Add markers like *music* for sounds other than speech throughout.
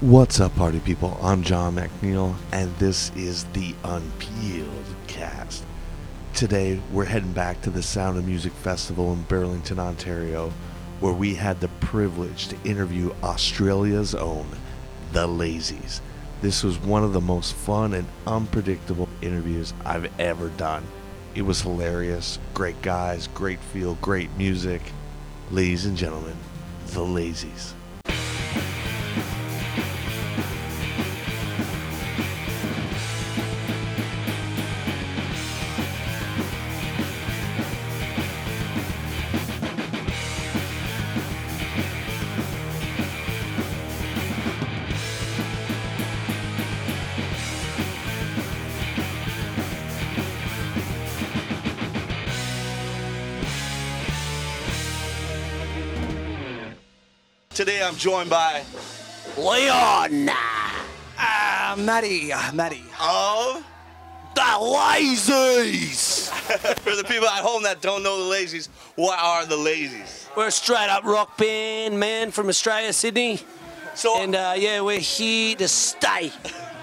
What's up, party people? I'm John McNeil, and this is the Unpeeled Cast. Today, we're heading back to the Sound of Music Festival in Burlington, Ontario, where we had the privilege to interview Australia's own The Lazies. This was one of the most fun and unpredictable interviews I've ever done. It was hilarious, great guys, great feel, great music. Ladies and gentlemen, The Lazies. Today I'm joined by Leon. Ah, Matty, ah, Matty. of The Lazies. for the people at home that don't know the Lazies, what are the Lazies? We're a straight up rock band, man, from Australia, Sydney. So And uh, yeah, we're here to stay.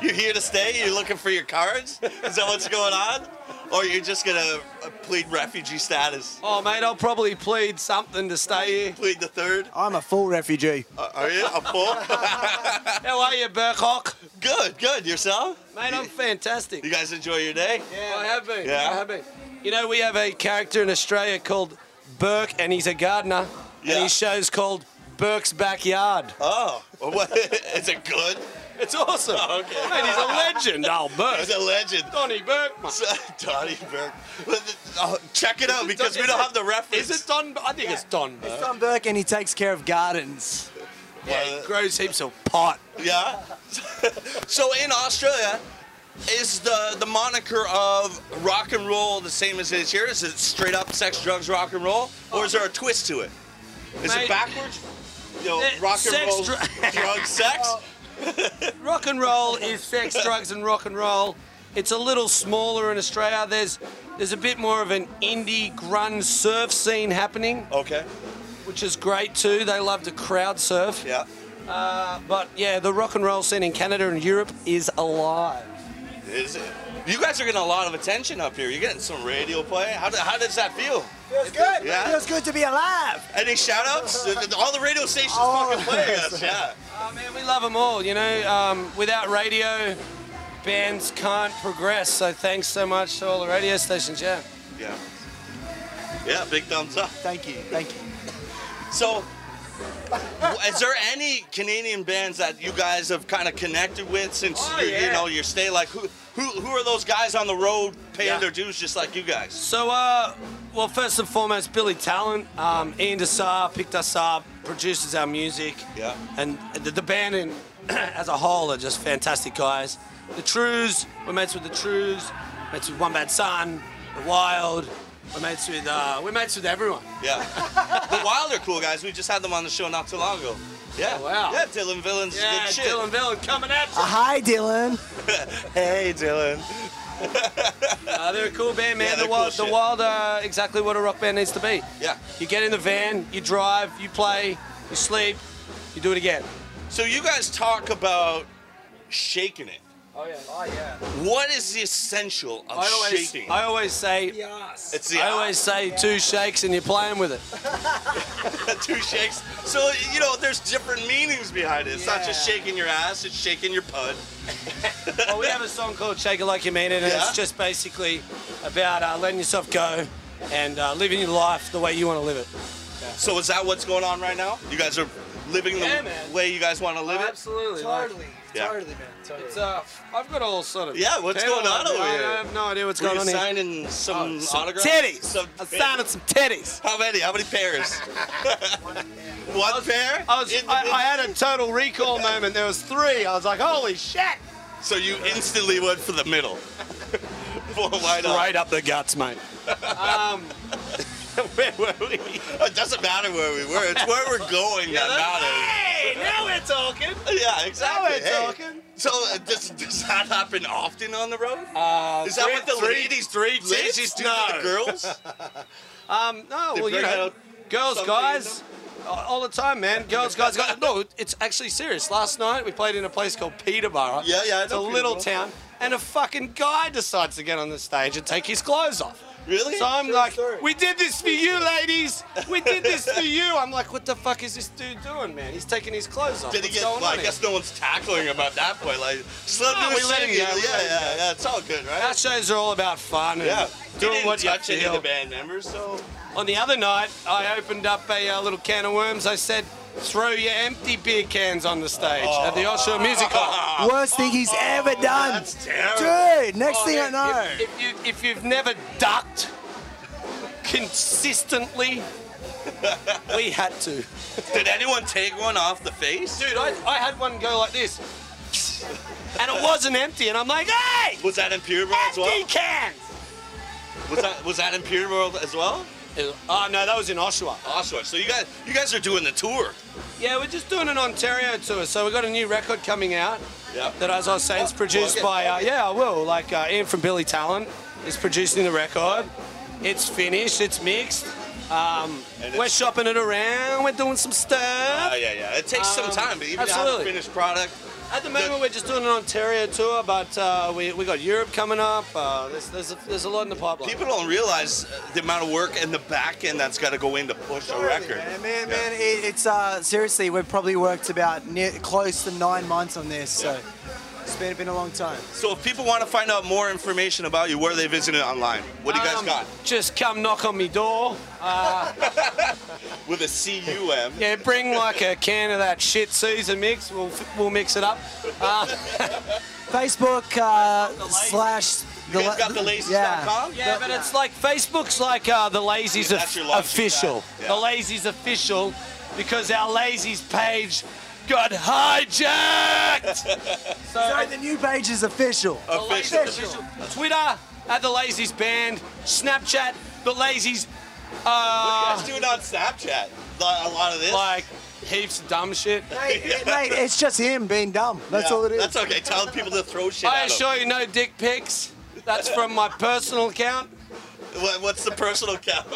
you're here to stay? You're looking for your cards? Is that what's going on? Or you're just gonna uh, plead refugee status? Oh, mate, I'll probably plead something to stay here. Plead the third? I'm a full refugee. Uh, Are you a fool? How are you, Burkhock? *laughs* good, good. Yourself? Mate, I'm fantastic. You guys enjoy your day? Yeah, I have been. Yeah? I have been. You know, we have a character in Australia called Burke, and he's a gardener. Yeah. And his show's called Burke's Backyard. Oh, well, what, *laughs* is it good? It's awesome. Oh, okay. Mate, he's a *laughs* legend, old Burke. He's a legend. *laughs* Donny Burke, mate. So, Donnie Burke. Let the- oh, Check it out because we Is don't it- have the reference. Is it Don? I think it's Don Burke. Tom Burke and he takes care of gardens. Yeah, he grows heaps of pot. Yeah. *laughs* so in Australia, is the the moniker of rock and roll the same as it is here? Is it straight up sex, drugs, rock and roll, or is there a twist to it? Is Mate. it backwards? You know, Eh, rock and sex, roll, *laughs* dr- drugs, *laughs* sex. Rock and roll *laughs* is sex, drugs, and rock and roll. It's a little smaller in Australia. There's there's a bit more of an indie grunge surf scene happening, Okay. which is great too. They love to crowd surf. Yeah. But yeah, the rock and roll scene in Canada and Europe is alive. Is it? You guys are getting a lot of attention up here. You're getting some radio play. How, do, how does that feel? Feels good. Yeah. Feels good to be alive. Any shout outs? All the radio stations Oh, fucking *laughs* play us. Yeah. Oh man, we love them all. You know, um, without radio, bands can't progress. So thanks so much to all the radio stations. Yeah. Yeah. Yeah, big thumbs up. Thank you. Thank you. So, *laughs* w- is there any Canadian bands that you guys have kind of connected with since Oh, your, you yeah. know your stay? Like, who who who are those guys on the road paying Yeah. their dues just like you guys? So, uh, well, first and foremost, Billy Talent, um, Ian Desar picked us up, produces our music. Yeah. And the, the band in, *clears throat* as a whole are just fantastic guys. The Trues, we're mates with the Trues, mates with One Bad Son, The Wild, we're mates with, uh, we're mates with everyone. Yeah, the Wild are cool guys. We just had them on the show not too long ago. Yeah, Oh, wow. Yeah, Dylan Villains is Yeah, good shit. Dylan Villain coming at you. Uh, hi, Dylan. Hey, Dylan. Uh, they're a cool band, Yeah, man. they're the Wild, cool the shit. Wild are exactly what a rock band needs to be. Yeah. You get in the van, you drive, you play, you sleep, you do it again. So you guys talk about shaking it. Oh, yeah. Oh, yeah. What is the essential of I always, shaking? I always say, it's the I always say two shakes and you're playing with it. two shakes. So you know, there's different meanings behind it. It's not just Yeah. shaking your ass; it's shaking your pud. well, we have a song called "Shake It Like You Mean It," and Yeah. it's just basically about uh, letting yourself go and uh, living your life the way you want to live it. So is that what's going on right now? You guys are living Yeah, the man. way you guys want to live it. Absolutely, Yeah. Totally, man. Totally. It's, uh, I've got all sort of. Yeah, what's going on over I, here? I have no idea what's Were going you on here. signing some Oh, Some autographs? titties. Some I sounded some titties. How many? How many *laughs* pairs? One pair. I was, I, Individual. I had a total recall moment. There was three. I was like, holy shit! so you instantly went for the middle. *laughs* well, why not? Right up the guts, mate. Um, where were we? It doesn't matter where we were. It's where we're going that matters. Hey, now we're talking. Yeah, exactly. we're Hey. talking. So uh, does, does that happen often on the road? Uh, Is that three- what the three- ladies- three *laughs* Ladies do to the girls. Um, no, They well, you bring know, out girls, something guys. all the time, man. Girls, guys, guys. No, it's actually serious. Last night we played in a place called Peterborough. Yeah, yeah, I It's a know little Peterborough. town, and a fucking guy decides to get on the stage and take his clothes off. Really? So I'm True like, story. we did this for you, ladies. We did this for you. I'm like, what the fuck is this dude doing, man? He's taking his clothes off. Did he What's get? going Well, on I here? guess no one's tackling him at that point. Like, just let him No, do we his let him thing. go, we Yeah, let him yeah, yeah. It's all good, Our right? shows are all about fun and Yeah. he doing didn't what you touch any of the feel. band members, so On the other night, I opened up a uh, little can of worms. I said, throw your empty beer cans on the stage at the Oshawa Music Hall. Worst thing he's ever done. that's terrible. Dude, next *laughs* Oh, thing I man, know. If, if, you, if you've never ducked consistently, *laughs* we had to. did anyone take one off the face? Dude, I, I had one go like this. *laughs* And it wasn't empty, and I'm like, hey! Was that in Peterborough as Empty well? cans! Was that was that in Peterborough as well? It was- Oh, no, that was in Oshawa. Oshawa. So you guys you guys are doing the tour. Yeah, we're just doing an Ontario tour, so we've got a new record coming out. Yeah. That, as I was saying, is produced by uh, yeah, I will. Like uh, Ian from Billy Talent is producing the record. It's finished. It's mixed. Um, And we're it's- shopping it around. We're doing some stuff. Oh yeah, yeah. It takes some Um, time to even have a absolutely. finished product. At the moment, we're just doing an Ontario tour, but uh, we we got Europe coming up. Uh, there's there's a, there's a lot in the pipeline. People don't realize uh, the amount of work and the back end that's got to go in to push a record. Man, man, Yeah. man, it, it's uh, seriously, we've probably worked about near, close to nine months on this, so it's been, been a long time. So if people want to find out more information about you, where they visited online? What do you guys Um, got? Just come knock on me door. With a C U M. Yeah, bring like a can of that shit Caesar mix. We'll we'll mix it up. Uh, Facebook uh, The lazy- slash. You guys la- got the laces dot yeah. com? Yeah, but it's like Facebook's like uh, the Lazy's Yeah, that's of- your launching official. pad. Yeah. The Lazy's official because our Lazy's page *laughs* got hijacked. so So the new page is official. the Lazy's Official. official. Twitter at the Lazy's band. Snapchat the Lazy's You uh, guys do it on Snapchat. A lot- a lot of this. like heaps of dumb shit. Mate, it- mate, it's just him being dumb. That's Yeah, all it is. That's okay. Tell people to throw shit. I at 'em. assure you, no dick pics. That's from my personal account. What- What's the personal *laughs* count?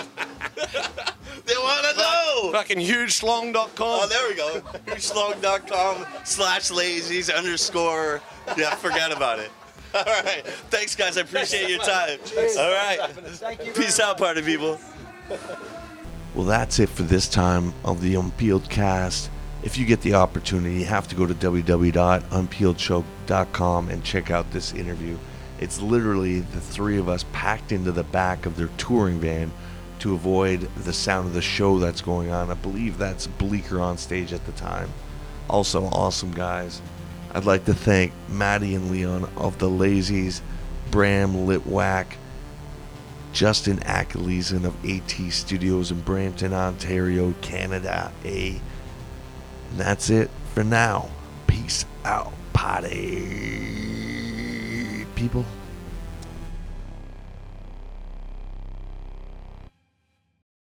they want to know. Fucking hugeslong.com. Oh, there we go. Hugeslong.com slash lazies underscore. Yeah, forget about it. *laughs* All right. Thanks, guys. I appreciate your time. All right. Peace out, party people. Well, that's it for this time of the Unpeeled Cast. If you get the opportunity, you have to go to www.unpeeledshow.com and check out this interview. It's literally the three of us packed into the back of their touring van to avoid the sound of the show that's going on. I believe that's Bleecker on stage at the time. Also, awesome guys. I'd like to thank Maddie and Leon of the Lazies, Bram Litwack, Justin Ackelison of AT Studios in Brampton, Ontario, Canada. A. And that's it for now. Peace out, potty people.